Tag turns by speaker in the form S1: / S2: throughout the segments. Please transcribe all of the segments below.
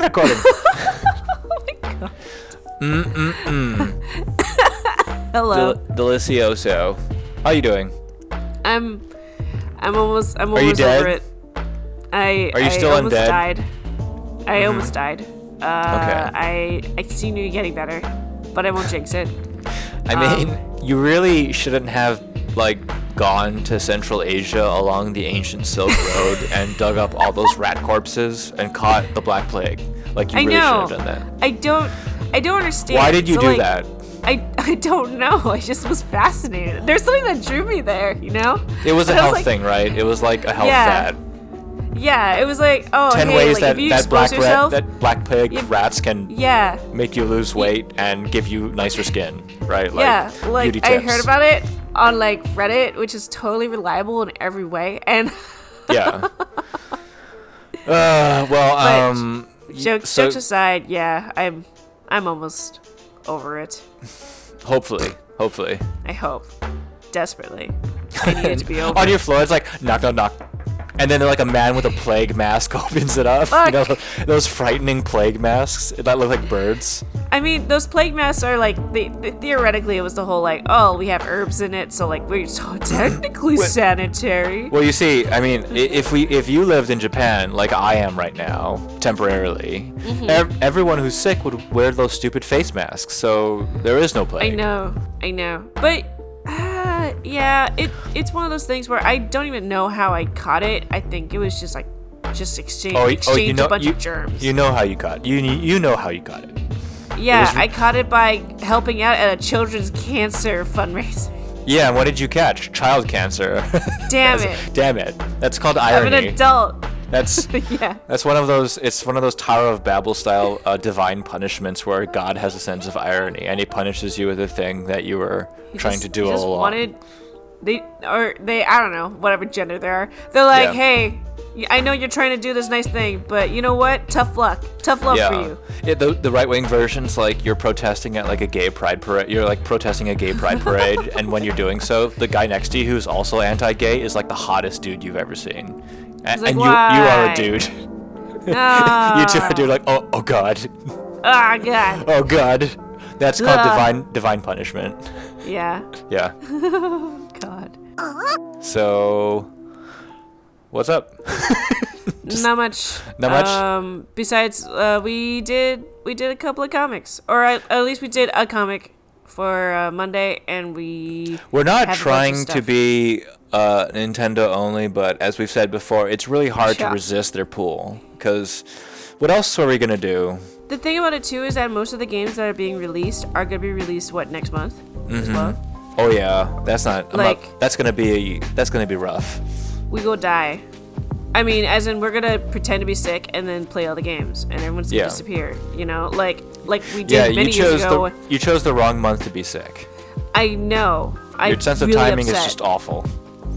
S1: recording.
S2: Hello.
S1: Del- delicioso. How you doing?
S2: I'm I'm almost I'm
S1: you
S2: almost
S1: dead?
S2: over it. I
S1: Are you
S2: I
S1: still
S2: almost
S1: undead? Mm-hmm.
S2: died. I almost died. Uh,
S1: Okay.
S2: I I see you getting better, but I won't jinx it.
S1: I mean,
S2: um,
S1: you really shouldn't have like gone to Central Asia along the ancient Silk Road and dug up all those rat corpses and caught the Black Plague. Like you
S2: I
S1: really
S2: know.
S1: should have done
S2: I don't I don't understand.
S1: that. Why did you
S2: So,
S1: do
S2: like,
S1: that?
S2: I, I don't know. I just was fascinated. There's something that drew me there, you know?
S1: It was a
S2: And I
S1: health
S2: like-
S1: thing, right? It was like a health
S2: Yeah.
S1: fad.
S2: Yeah, it was like, oh,
S1: Ten
S2: hey,
S1: ways
S2: like,
S1: that,
S2: if you
S1: that
S2: expose
S1: black rat,
S2: yourself,
S1: that black plague
S2: if-
S1: rats can
S2: yeah,
S1: make you lose weight and give you nicer skin, right? Like,
S2: yeah.
S1: beauty
S2: Like I
S1: tips.
S2: heard about it on like Reddit, which is totally reliable in every way. And
S1: yeah. Uh, well,
S2: But
S1: um, y-
S2: jokes
S1: so
S2: jokes aside, yeah, I'm I'm almost over it.
S1: hopefully, hopefully.
S2: I hope desperately. I need it to be over.
S1: On your floor, it's like knock, knock, knock, and then like a man with a plague mask opens it up. You
S2: Fuck.
S1: know, those frightening plague masks that look like birds.
S2: I mean, those plague masks are like they, they, theoretically it was the whole like, oh, we have herbs in it, so like we're so technically sanitary.
S1: Well, you see, I mean, i- if we if you lived in Japan like I am right now, temporarily,
S2: Mm-hmm.
S1: ev- everyone who's sick would wear those stupid face masks. So there is no
S2: I
S1: plague.
S2: know, I know, but uh, yeah, it it's one of those things where I don't even know how I caught it. I think it was just like just exchange
S1: Oh, y- oh,
S2: exchange
S1: you know,
S2: a bunch
S1: you,
S2: of germs.
S1: you know how you got you you know how you got it.
S2: yeah,
S1: was-
S2: I caught it by helping out at a children's cancer fundraiser.
S1: Yeah, and what did you catch? Child cancer.
S2: Damn it!
S1: Damn it. That's called
S2: I'm
S1: irony.
S2: an adult.
S1: That's
S2: yeah.
S1: that's one of those. It's one of those Tower of Babel style uh, divine punishments where God has a sense of irony and He punishes you with a thing that you were
S2: He
S1: trying
S2: just-
S1: to do
S2: he
S1: all
S2: just
S1: along.
S2: Wanted, they or they, I don't know, whatever gender they are. They're like,
S1: Yeah.
S2: hey, y- I know you're trying to do this nice thing, but you know what? Tough luck. Tough luck
S1: yeah.
S2: for you.
S1: Yeah, the the right wing version's like you're protesting at like a gay pride parade. You're like protesting a gay pride parade, and when you're doing so, the guy next to you who's also anti-gay is like the hottest dude you've ever seen. A-
S2: like,
S1: and you you are
S2: "Why?"
S1: a dude.
S2: Ah,
S1: you two are dude like oh oh god.
S2: ah, God.
S1: Oh god. That's called
S2: Ugh.
S1: divine divine punishment.
S2: Yeah.
S1: Yeah.
S2: God.
S1: So what's up?
S2: not much.
S1: Not much?
S2: Um, besides, uh, we did we did a couple of comics, or at, at least we did a comic for uh, Monday, and we
S1: We're not
S2: Have a bunch of
S1: trying to
S2: stuff.
S1: be uh, Nintendo only, but as we've said before, it's really hard
S2: Yeah.
S1: to resist their pull because what else are we gonna do?
S2: The thing about it too is that most of the games that are being released are gonna be released what next month as well.
S1: Oh yeah, that's not I'm not-
S2: Like-
S1: that's gonna be that's gonna be rough.
S2: We go die. I mean, as in we're gonna pretend to be sick and then play all the games, and everyone's gonna
S1: Yeah.
S2: disappear. You know, like like we did
S1: Yeah,
S2: many
S1: you chose
S2: years ago.
S1: the you chose the wrong month to be sick.
S2: I know. I
S1: Your sense of
S2: really
S1: timing
S2: upset.
S1: is just awful.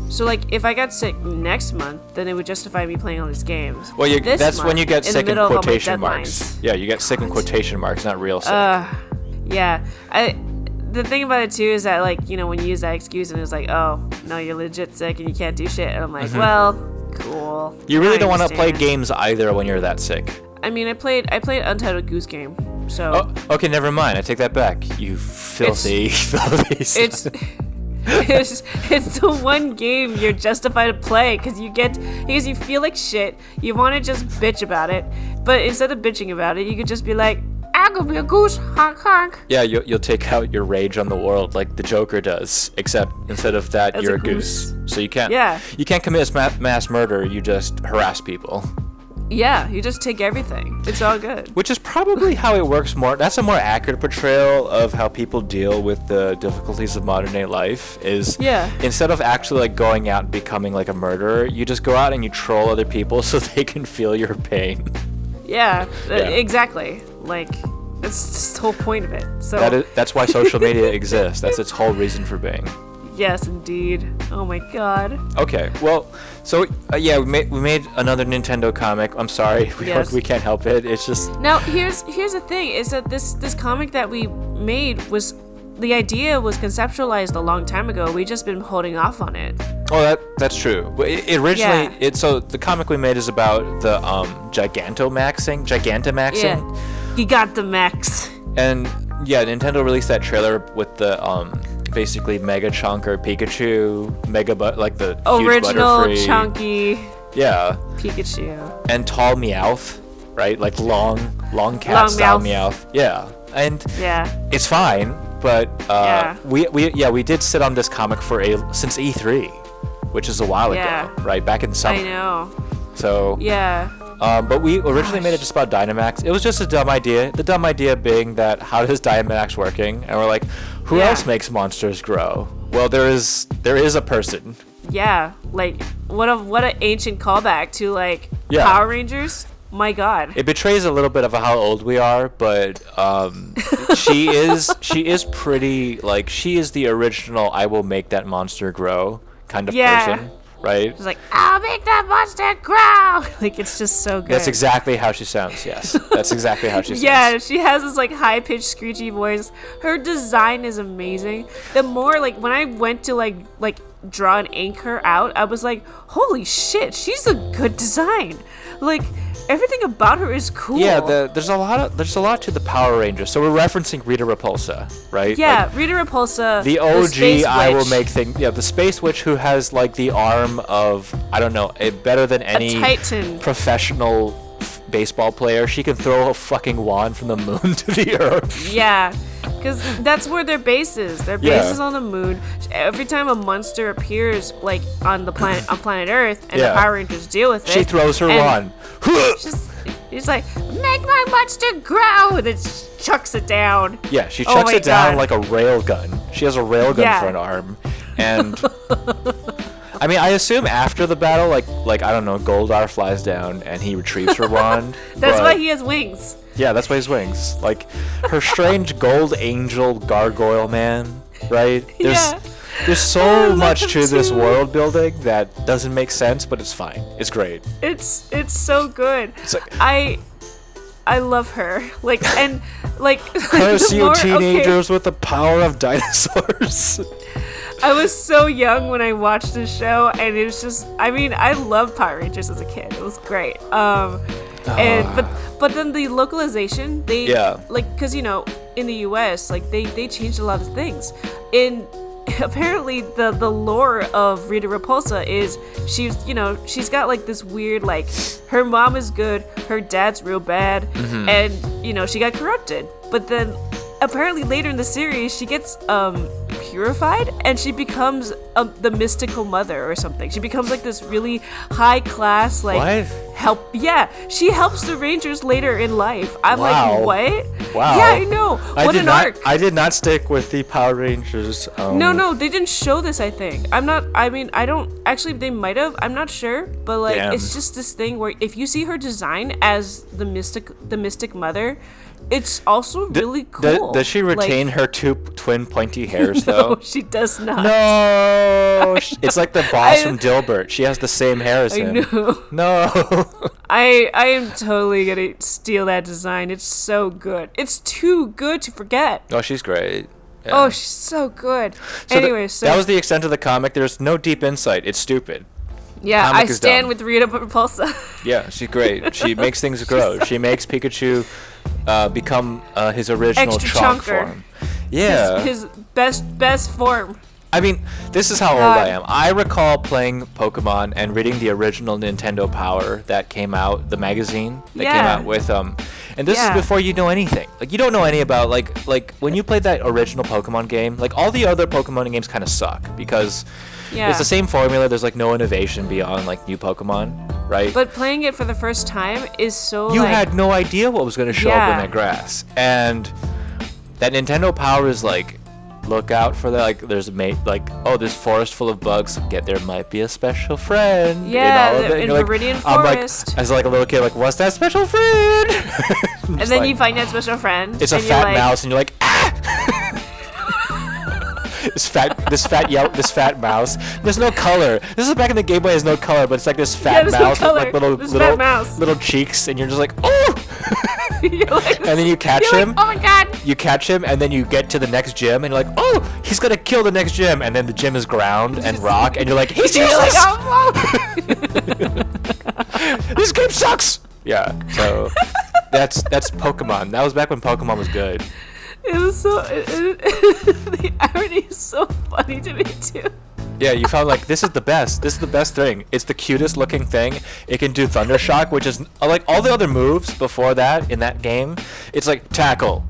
S2: So like, if I got sick next month, then it would justify me playing all these games.
S1: Well, you,
S2: This
S1: that's when
S2: month,
S1: you get
S2: in the
S1: sick in
S2: middle of all my
S1: quotation marks.
S2: deadlines.
S1: Yeah, you get sick in quotation marks, not real sick.
S2: Yeah, I. The thing about it too is that like you know when you use that excuse and it's like oh no you're legit sick and you can't do shit and I'm like well cool.
S1: Mm-hmm. you really
S2: I
S1: don't want to play
S2: understand.
S1: games either when you're that sick.
S2: I mean I played I played Untitled Goose Game so
S1: Oh, okay, never mind. I take that back. You filthy, filthy. son.
S2: it's. it's, it's the one game you're justified to play because you get because you feel like shit. You want to just bitch about it, but instead of bitching about it, you could just be like, "I could be a goose, honk honk."
S1: Yeah, you'll, you'll take out your rage on the world like the Joker does, except instead of that,
S2: As a
S1: you're a goose. So you can't.
S2: Yeah.
S1: You can't commit mass, mass murder. You just harass people,
S2: Yeah, you just take everything. It's all good.
S1: which is probably how it works more. That's a more accurate portrayal of how people deal with the difficulties of modern day life. Is
S2: Yeah.
S1: Instead of actually like going out and becoming like a murderer, you just go out and you troll other people so they can feel your pain.
S2: Yeah, uh,
S1: Yeah.
S2: exactly. Like that's just the whole point of it. So
S1: That is. That's why social media exists. That's its whole reason for being.
S2: yes, indeed. Oh my god.
S1: Okay. Well, so uh, yeah, we made we made another Nintendo comic. I'm sorry, we don't-
S2: Yes.
S1: we can't help it. It's just
S2: Now here's here's the thing: is that this this comic that we made was the idea was conceptualized a long time ago. We just been holding off on it.
S1: Oh, that that's true. But it, originally,
S2: Yeah.
S1: it so the comic we made is about the um Gigantomaxing, Gigantamaxing,
S2: Yeah. You got the max.
S1: and yeah, Nintendo released that trailer with the um basically Mega Chonker Pikachu, Mega but like the huge
S2: Original
S1: Butterfree.
S2: chunky
S1: Yeah,
S2: Pikachu.
S1: and tall Meowth, right? Like long, long cat style
S2: Meowth.
S1: Meowth. Yeah, and
S2: Yeah.
S1: it's fine, but uh,
S2: Yeah.
S1: we, we yeah we did sit on this comic for a since E3, which is a while
S2: Yeah.
S1: ago, right? Back in
S2: I
S1: summer.
S2: know.
S1: So
S2: Yeah.
S1: um, but we originally made it just about Dynamax. It was just a dumb idea. The dumb idea being that how does Dynamax working? And we're like, who
S2: Yeah.
S1: else makes monsters grow? Well, there is there is a person.
S2: Yeah. Like what a what an ancient callback to like
S1: Yeah.
S2: Power Rangers. My God.
S1: It betrays a little bit of how old we are, but um, she is she is pretty like she is the original I will make that monster grow kind of
S2: Yeah.
S1: person, right?
S2: It's like I'll make that monster growl. Like it's just so good.
S1: That's exactly how she sounds. Yes, that's exactly how she sounds.
S2: Yeah, she has this like high pitched screechy voice. Her design is amazing. The more like when I went to like like draw and ink her out, I was like, holy shit, she's a good design. Like everything about her is cool.
S1: Yeah, the, there's a lot of there's a lot to the Power Rangers. So we're referencing Rita Repulsa, right?
S2: yeah,
S1: Like,
S2: Rita Repulsa.
S1: the OG
S2: Space
S1: I will
S2: Witch,
S1: make thing. Yeah, the space witch who has like the arm of I don't know, a, better than any
S2: titan.
S1: professional f- baseball player. She can throw a fucking wand from the moon to the earth.
S2: Yeah. Because that's where their base is. Their base
S1: Yeah.
S2: is on the moon. Every time a monster appears, like on the planet on planet Earth, and
S1: Yeah.
S2: the Power Rangers deal with it,
S1: She throws her
S2: and-
S1: wand.
S2: just he's like, make my monster grow, and then sh- chucks it down.
S1: yeah, she
S2: Oh
S1: chucks
S2: my
S1: it down
S2: God.
S1: like a rail gun. She has a rail gun for
S2: Yeah.
S1: an arm, and. I mean, I assume after the battle, like, like I don't know, Goldar flies down and he retrieves her wand.
S2: That's
S1: but-
S2: why he has wings.
S1: Yeah, that's why his wings. Like her strange gold angel gargoyle man, right? There's
S2: Yeah.
S1: there's
S2: I
S1: so
S2: love
S1: much
S2: him
S1: to this
S2: too.
S1: world building that doesn't make sense, but it's fine. It's great.
S2: It's it's so good.
S1: like-
S2: I I love her. Like and like
S1: Curse
S2: the
S1: you
S2: more- okay,
S1: teenagers with the power of dinosaurs.
S2: I was so young when I watched this show, and it was just. I mean, I loved Power Rangers as a kid. It was great. Um, and but but then the localization, they
S1: Yeah.
S2: like because you know in the U.S. like they they changed a lot of things. In apparently the the lore of Rita Repulsa is she's you know she's got like this weird like her mom is good, her dad's real bad, and you know she got corrupted. But then apparently later in the series she gets um purified and she becomes um, the mystical mother or something she becomes like this really high class like
S1: What?
S2: help yeah she helps the rangers later in life i'm
S1: Wow.
S2: like what
S1: Wow.
S2: yeah i know
S1: I
S2: what
S1: did
S2: an
S1: not,
S2: arc
S1: I did not stick with the Power Rangers. Um,
S2: no no they didn't show this i think i'm not i mean i don't actually they might have i'm not sure but like
S1: Damn.
S2: it's just this thing where if you see her design as the mystic the mystic mother it's also really
S1: Th-
S2: cool
S1: does she
S2: Like,
S1: retain her two p- twin pointy hairs though?
S2: no she does not
S1: No, sh- it's like the boss
S2: I-
S1: from Dilbert. She has the same hair as
S2: I
S1: him.
S2: know.
S1: No.
S2: I I am totally gonna steal that design. It's so good. It's too good to forget.
S1: Oh, she's great. Yeah.
S2: Oh, she's so good.
S1: So th-
S2: anyway, so
S1: that was the extent of the comic. There's no deep insight. It's stupid.
S2: yeah,
S1: comic
S2: I
S1: is
S2: stand
S1: dumb.
S2: with Rita Repulsa.
S1: Yeah, she's great. She makes things grow. She makes Pikachu uh, become uh, his original
S2: Extra
S1: chalk
S2: chunker.
S1: form. Yeah.
S2: His best best form.
S1: I mean, this is how old
S2: God.
S1: I am. I recall playing Pokemon and reading the original Nintendo Power that came out, the magazine that came
S2: Yeah.
S1: out with um and this
S2: Yeah.
S1: is before you know anything. Like you don't know any about like like when you played that original Pokemon game, like all the other Pokemon games kind of suck because
S2: Yeah.
S1: it's the same formula, there's like no innovation beyond like new Pokemon, right?
S2: But playing it for the first time is so
S1: you
S2: like,
S1: had no idea what was going to show up in
S2: Yeah.
S1: that grass and that nintendo power is like look out for that like there's a mate like oh this forest full of bugs get there might be a special friend
S2: Yeah,
S1: in all of
S2: the-
S1: it. And
S2: in
S1: you're like-
S2: Viridian
S1: I'm like-
S2: Forest.
S1: as like a little kid like what's that special friend and
S2: and then you find that special friend.
S1: it's a
S2: and you're
S1: fat
S2: like,
S1: mouse and you're like ah! this fat this fat yellow this fat mouse there's no color this is back in the game boy has no color but it's like this fat
S2: there's no
S1: mouse with like
S2: color.
S1: little
S2: This fat
S1: little
S2: mouse.
S1: little cheeks and you're just like oh
S2: you're like,
S1: And then you catch
S2: you're like,
S1: him.
S2: oh my god.
S1: You catch him, and then you get to the next gym, and you're like, "Oh, he's gonna kill the next gym!" And then the gym is ground and rock, and you're like, "He's
S2: You're like,
S1: useless.
S2: oh, wow. "Oh!"
S1: this game sucks." Yeah. So that's that's Pokemon. That was back when Pokemon was good.
S2: It was so. It, it- the irony is so funny to me too.
S1: Yeah, you found like this is the best. This is the best thing. It's the cutest looking thing. It can do Thunder Shock, which is uh, like all the other moves before that in that game. It's like tackle,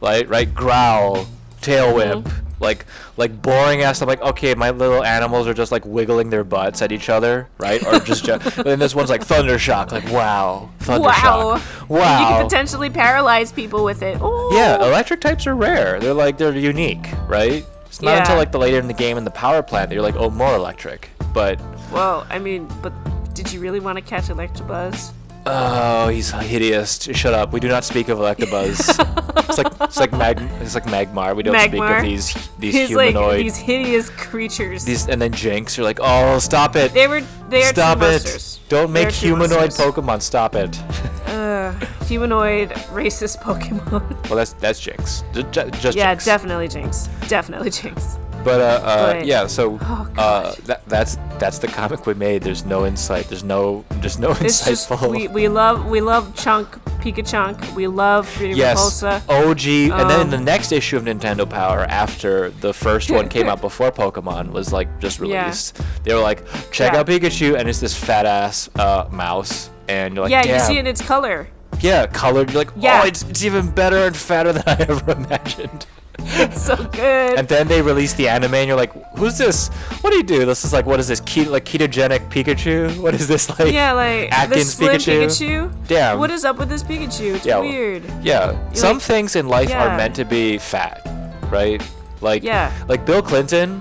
S1: right? Right? Growl, tail whip,
S2: Mm-hmm.
S1: like like boring ass. I'm like, okay, my little animals are just like wiggling their butts at each other, right? Or just. ju- but then this one's like Thunder Shock, like wow, Thunder
S2: Wow.
S1: Shock,
S2: You
S1: wow.
S2: can potentially paralyze people with it. Oh.
S1: Yeah, electric types are rare. They're like they're unique, right? It's not until
S2: Yeah.
S1: like the later in the game in the power plant that you're like, oh, more electric. But
S2: Well, I mean, but did you really want to catch Electabuzz?
S1: oh, he's hideous. Shut up. We do not speak of Electabuzz. it's like it's like mag it's like Magmar. We don't speak
S2: Magmar.
S1: of these these
S2: He's
S1: humanoid
S2: like these
S1: these...
S2: hideous creatures.
S1: and then Jinx. You're like, oh, stop it.
S2: they were they are
S1: Stop
S2: two
S1: it!
S2: monsters.
S1: Don't
S2: They
S1: make
S2: are two
S1: humanoid
S2: monsters.
S1: Pokemon. Stop it.
S2: humanoid racist Pokemon.
S1: Well, that's that's Jinx. Ju- ju- Just
S2: yeah,
S1: Jinx.
S2: definitely Jinx. Definitely Jinx.
S1: But uh, uh
S2: But-
S1: yeah, so
S2: Oh,
S1: uh,
S2: gosh.
S1: that, that's that's the comic we made. There's no insight. There's no there's no
S2: It's just
S1: insightful.
S2: we, we love we love Chunk Pikachunk. We love Rita
S1: yes, Oh
S2: Repulsa.
S1: OG, and then
S2: Um,
S1: the next issue of Nintendo Power after the first one came out before Pokemon was like just
S2: Yeah.
S1: released. They were like, check
S2: Yeah.
S1: out Pikachu, and it's this fat ass uh, mouse, and you're like,
S2: Yeah,
S1: damn,
S2: you see it in its color.
S1: yeah, colored. You're like,
S2: Yeah.
S1: oh, it's it's even better and fatter than I ever imagined.
S2: It's so good.
S1: And then they release the anime, and you're like, "Who's this? What do you do? This is like, what is this? Ke- like ketogenic Pikachu? What is this like?
S2: yeah, like
S1: Atkins
S2: this slim
S1: Pikachu?
S2: Pikachu.
S1: Damn.
S2: What is up with this Pikachu? It's
S1: Yeah, well-
S2: weird.
S1: Yeah. Some
S2: like-
S1: things in life are
S2: Yeah.
S1: meant to be fat, right? Like,
S2: Yeah.
S1: like Bill Clinton,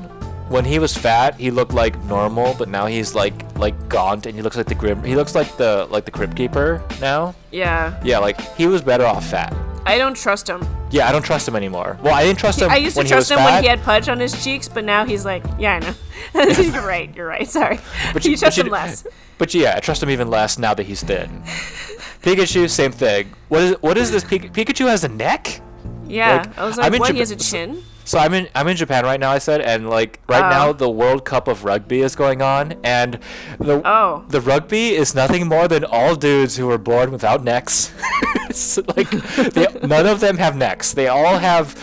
S1: when he was fat, he looked like normal, but now he's like like gaunt, and he looks like the grim. He looks like the like the crypt keeper now.
S2: Yeah.
S1: Yeah, like he was better off fat.
S2: I don't trust him.
S1: Yeah, I don't trust him anymore. Well, I didn't trust him.
S2: I used to
S1: when
S2: trust
S1: he
S2: him
S1: was
S2: when
S1: fat.
S2: he had pudge on his cheeks, but now he's like, yeah, I know. you're right. You're right. Sorry. But you, trust him less.
S1: But yeah, I trust him even less now that he's thin. Pikachu, same thing. What is what is this? Pika- Pikachu has a neck.
S2: Yeah.
S1: like,
S2: I was
S1: I'm
S2: like,
S1: in
S2: what?
S1: Jap-
S2: he has a chin.
S1: So I'm in I'm in Japan right now. I said, and like right
S2: Oh.
S1: now the World Cup of Rugby is going on, and the
S2: Oh.
S1: the rugby is nothing more than all dudes who were born without necks. It's like they, none of them have necks. They all have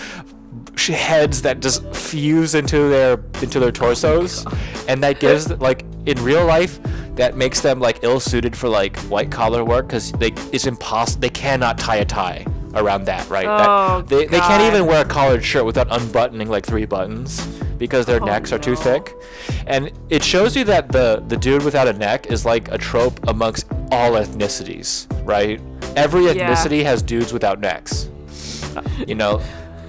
S1: sh- heads that just fuse into their into their
S2: Oh
S1: torsos, and that gives like in real life that makes them like ill suited for like white collar work because they it's impossible. They cannot tie a tie around that right.
S2: Oh,
S1: that, they, they can't
S2: God.
S1: even wear a collared shirt without unbuttoning like three buttons because their necks are too
S2: Oh, no.
S1: thick. And it shows you that the the dude without a neck is like a trope amongst all ethnicities, right? Every
S2: Yeah.
S1: ethnicity has dudes without necks. You know,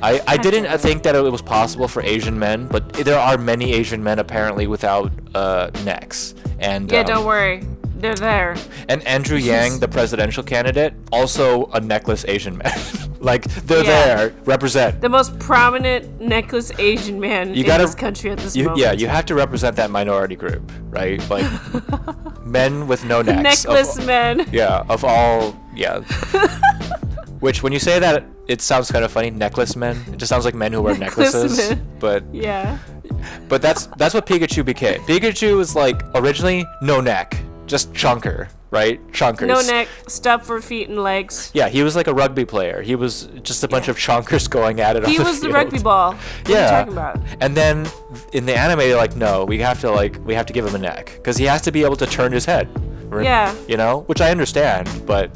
S1: I, I didn't think that it was possible for Asian men, but there are many Asian men apparently without uh, necks. And
S2: Yeah,
S1: um,
S2: don't worry. They're there.
S1: and Andrew Yang, the presidential candidate, also a necklace Asian man. like they're
S2: Yeah.
S1: there, represent.
S2: The most prominent necklace Asian man in
S1: gotta-
S2: this country at this
S1: You,
S2: moment.
S1: yeah, you have to represent that minority group, right? Like men with no necks. of-
S2: necklace man.
S1: yeah, of all, yeah. Which, when you say that, it sounds kind of funny. Necklace men. It just sounds like men who wear
S2: Necklace
S1: necklaces.
S2: men.
S1: But
S2: Yeah.
S1: but that's that's what Pikachu became. Pikachu was like originally no neck, just chunker, right? Chunkers.
S2: No neck, stuff for feet and legs.
S1: Yeah, he was like a rugby player. He was just a bunch of chonkers going at it. on
S2: He
S1: the
S2: was the
S1: field.
S2: rugby ball. What
S1: Yeah.
S2: are you talking about?
S1: And then in the anime, they're like, no, we have to like we have to give him a neck because he has to be able to turn his head. Re-
S2: Yeah.
S1: You know, which I understand, but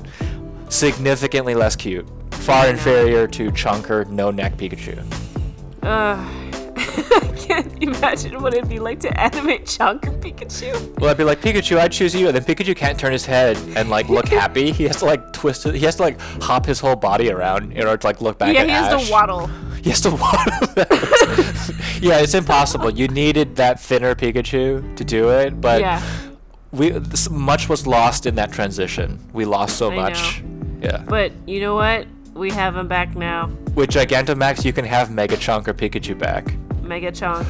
S1: significantly less cute. Far inferior to Chunker No Neck Pikachu.
S2: I can't imagine what it'd be like to animate Chunk and Pikachu.
S1: Well, I'd be like Pikachu, I choose you, and then Pikachu can't turn his head and like look happy. He has to like twist. It. He has to like hop his whole body around in order to like look back
S2: yeah,
S1: at
S2: he has
S1: Ash.
S2: to waddle.
S1: He has to water. yeah, it's impossible. You needed that thinner Pikachu to do it, but
S2: Yeah.
S1: we this, much was lost in that transition. We lost so
S2: I
S1: much. Yeah.
S2: But you know what? We have him back now.
S1: With Gigantamax, you can have Mega Chunk or Pikachu back.
S2: Mega Chonk.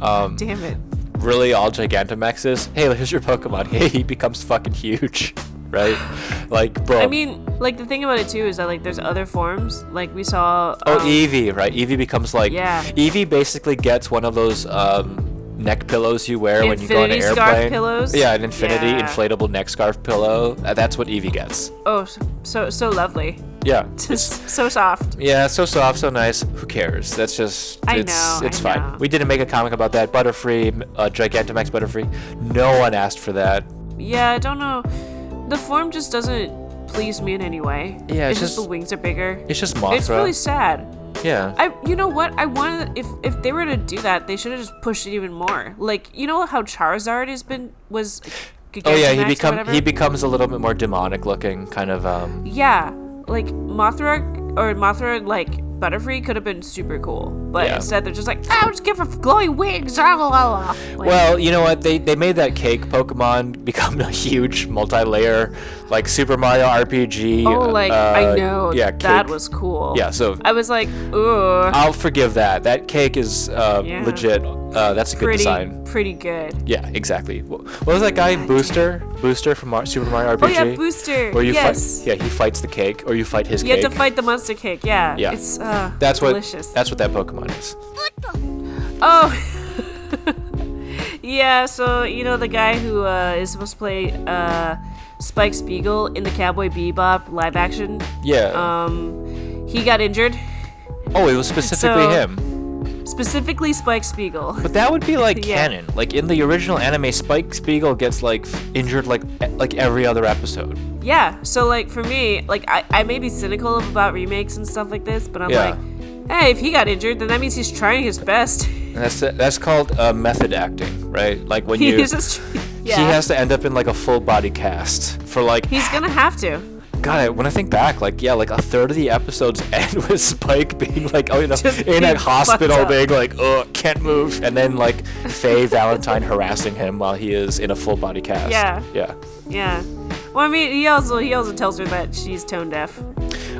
S1: Um,
S2: Damn it.
S1: really all Gigantamax is, hey, here's your Pokemon. Hey, he becomes fucking huge, right? Like, bro.
S2: I mean, like the thing about it too is that like there's other forms. Like we saw.
S1: Oh,
S2: um,
S1: Eevee, right? Eevee becomes like
S2: Yeah.
S1: Eevee basically gets one of those um, neck pillows you wear when you go on an
S2: Infinity
S1: airplane.
S2: scarf pillows?
S1: Yeah, an infinity
S2: Yeah.
S1: inflatable neck scarf pillow. Uh, that's what Eevee gets.
S2: Oh, s- so so lovely.
S1: Yeah. it's-
S2: Just so soft.
S1: yeah, so soft, so nice. Who cares? That's just
S2: I
S1: it's
S2: know,
S1: it's
S2: I
S1: fine.
S2: know.
S1: We didn't make a comic about that. Butterfree, uh, Gigantamax Butterfree. No one asked for that.
S2: Yeah, I don't know. The form just doesn't please me in any way.
S1: Yeah,
S2: it's
S1: it's
S2: just,
S1: just-
S2: the wings are bigger.
S1: It's just Mothra.
S2: It's really sad.
S1: yeah.
S2: I, you know what? I wanted if if they were to do that, they should have just pushed it even more. Like you know how Charizard has been was.
S1: oh yeah, he
S2: Gigantamax or
S1: become
S2: whatever?
S1: he becomes a little bit more demonic looking, kind of um
S2: Yeah, like Mothra or Mothra like Butterfree could have been super cool, but
S1: Yeah.
S2: instead they're just like, oh, just give her glowing wings. Ah, la, la, la." Like,
S1: Well, you know what? They they made that cake Pokemon become a huge multi-layer like Super Mario RPG.
S2: oh, like
S1: uh,
S2: I know
S1: Yeah,
S2: that
S1: cake.
S2: was cool.
S1: Yeah, so
S2: I was like, ooh,
S1: I'll forgive that. That cake is uh,
S2: Yeah.
S1: legit. Uh, that's a good
S2: pretty,
S1: design.
S2: pretty good.
S1: Yeah, exactly. Wh- What was that guy Booster? Booster from Mar- Super Mario RPG.
S2: Oh yeah, Booster.
S1: Where you
S2: yes,
S1: fight? Yeah, he fights the cake, or you fight his
S2: you
S1: cake.
S2: have to fight the monster cake. Yeah,
S1: Yeah.
S2: it's uh,
S1: that's what.
S2: delicious.
S1: That's what that Pokemon is.
S2: Oh. yeah, so you know the guy who uh, is supposed to play uh, Spike Spiegel in the Cowboy Bebop live action.
S1: Yeah.
S2: Um, he got injured,
S1: oh, it was specifically
S2: Um, so-
S1: him.
S2: specifically Spike Spiegel.
S1: But that would be like
S2: Yeah.
S1: canon. Like in the original anime, Spike Spiegel gets like f- injured like e- like every other episode.
S2: Yeah, so like for me, like I, I may be cynical about remakes and stuff like this, but I'm
S1: Yeah.
S2: like, hey, if he got injured, then that means he's trying his best.
S1: And that's that's called uh, method acting, right? Like when you
S2: he's just, yeah,
S1: he has to end up in like a full body cast for like
S2: he's gonna have to.
S1: God. I- When I think back, like yeah, like a third of the episodes end with Spike being like oh you know
S2: Just
S1: in
S2: being
S1: a hospital
S2: fucked up.
S1: being like oh can't move, and then like Faye Valentine harassing him while he is in a full body cast.
S2: Yeah.
S1: Yeah.
S2: Yeah. Well, I mean, he also he also tells her that she's tone deaf.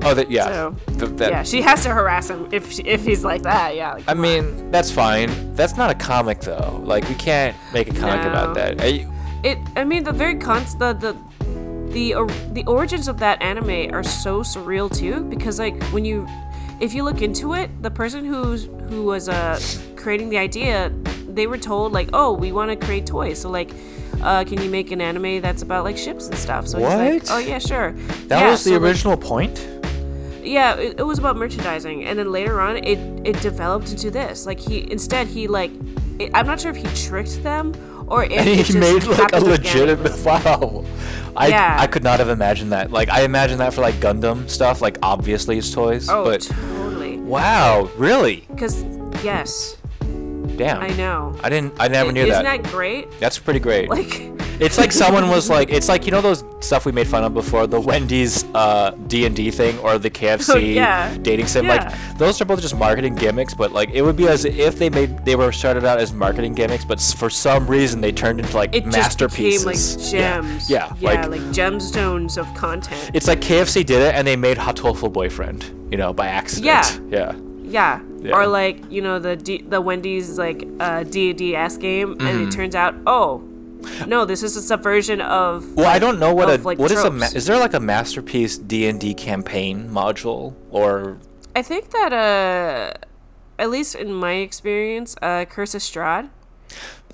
S1: Oh, that yeah.
S2: So,
S1: Th- that-
S2: yeah, she has to harass him if she, if he's like that. Yeah. Like,
S1: I mean, that's fine. That's not a comic though. Like we can't make a comic
S2: No.
S1: about that. I,
S2: it. I mean, the very cons the the the or- the origins of that anime are so surreal too because like when you if you look into it, the person who's who was uh creating the idea, they were told like, oh, we want to create toys, so like. Uh, can you make an anime that's about like ships and stuff? So he's
S1: What?
S2: like, oh yeah, sure.
S1: that
S2: Yeah,
S1: was the
S2: so, like,
S1: original point.
S2: yeah it, it was about merchandising and then later on it it developed into this like he instead he like it, i'm not sure if he tricked them or if
S1: And
S2: it
S1: he
S2: just
S1: made like a
S2: happened organically.
S1: legitimate wow. I
S2: Yeah.
S1: I could not have imagined that. Like I imagined that for like Gundam stuff. Like obviously it's toys,
S2: oh
S1: but
S2: totally
S1: wow, really?
S2: because yes
S1: Damn.
S2: i know
S1: I didn't. I never knew
S2: isn't
S1: that.
S2: that great
S1: That's pretty great.
S2: like
S1: It's like someone was like, it's like you know those stuff we made fun of before, the Wendy's uh D and D thing or the KFC
S2: Oh, yeah.
S1: dating sim.
S2: Yeah.
S1: Like those are both just marketing gimmicks, but like it would be as if they made they were started out as marketing gimmicks, but s- for some reason they turned into like
S2: it just became
S1: masterpieces.
S2: like
S1: Yeah.
S2: gems
S1: Yeah,
S2: yeah
S1: like
S2: like gemstones of content
S1: it's like KFC did it and they made Hot Tofu Boyfriend, you know, by accident.
S2: Yeah.
S1: Yeah.
S2: Yeah.
S1: Yeah.
S2: Or like you know the D- the Wendy's like uh, D&D ass game,
S1: Mm-hmm.
S2: and it turns out oh no, this is a subversion of.
S1: Well, I don't know what
S2: Of,
S1: a
S2: like,
S1: what is a ma-
S2: tropes.
S1: is there like a masterpiece D and D campaign module or
S2: I think that uh, at least in my experience, uh, Curse Estrad,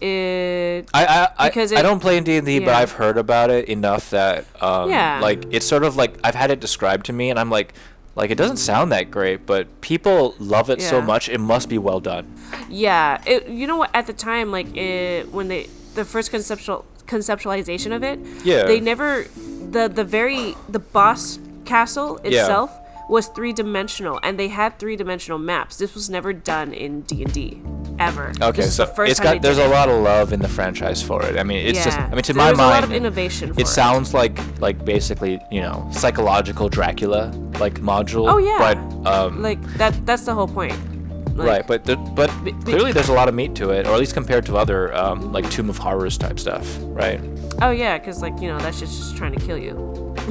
S2: it
S1: I I, I,
S2: Because
S1: I
S2: it-
S1: don't play in D and D, but
S2: yeah.
S1: I've heard about it enough that um,
S2: Yeah.
S1: like it's sort of like I've had it described to me, and I'm like, like it doesn't sound that great, but people love it so
S2: Yeah.
S1: much, it must be well done.
S2: yeah it you know what at the time like it, when they the first conceptual conceptualization of it
S1: Yeah.
S2: they never the the very the boss castle itself was three-dimensional and they had three-dimensional maps this was never done in d&d ever
S1: Okay,
S2: This is
S1: so
S2: the first
S1: it's
S2: time
S1: got
S2: they
S1: there's
S2: did
S1: a
S2: it.
S1: lot of love in the franchise for it. I mean, it's just
S2: Yeah.
S1: I mean to
S2: There
S1: my
S2: was a
S1: mind,
S2: lot of innovation for
S1: it
S2: it.
S1: sounds like like basically you know psychological Dracula like module.
S2: oh yeah
S1: but um
S2: like that that's the whole point Like,
S1: right, but there, but
S2: be-
S1: clearly there's a lot of meat to it, or at least compared to other um like Tomb of Horrors type stuff, right?
S2: oh yeah because like you know that shit's just trying to kill you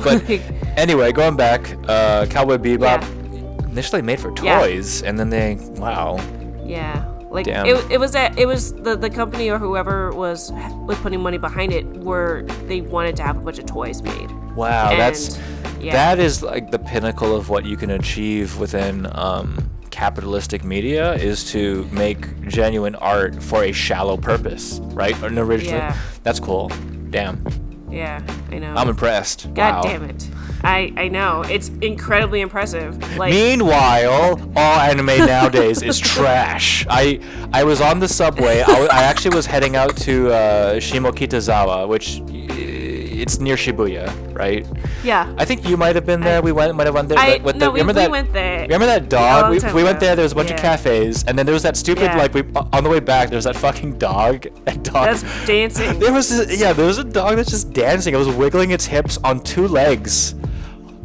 S1: But
S2: Like-
S1: anyway, going back, uh, Cowboy Bebop
S2: Yeah.
S1: initially made for
S2: Yeah.
S1: toys, and then they wow,
S2: yeah Like
S1: Damn.
S2: it, it was that it was the, the company or whoever was was putting money behind it were they wanted to have a bunch of toys made.
S1: Wow, that's
S2: And, yeah.
S1: that is like the pinnacle of what you can achieve within um, capitalistic media is to make genuine art for a shallow purpose, right? An original.
S2: Yeah.
S1: That's cool. Damn,
S2: Yeah, I know.
S1: I'm impressed.
S2: God
S1: wow.
S2: damn it. I I know. It's incredibly impressive. Like
S1: Meanwhile, all anime nowadays is trash. I I was on the subway. I, wa- I actually was heading out to uh, Shimokitazawa, which uh, it's near Shibuya, right?
S2: yeah.
S1: I think you might have been there. we went might have went there.
S2: I-
S1: with
S2: no,
S1: the,
S2: we-
S1: remember
S2: we
S1: that,
S2: went there
S1: Remember that
S2: long
S1: dog? We,
S2: time
S1: we went
S2: ago.
S1: there. There was a bunch of
S2: Yeah.
S1: cafes, and then there was that stupid
S2: Yeah.
S1: like we on the way back. There was that fucking dog. That dog.
S2: That's dancing.
S1: There was this, yeah, there was a dog that's just dancing. It was wiggling its hips on two legs,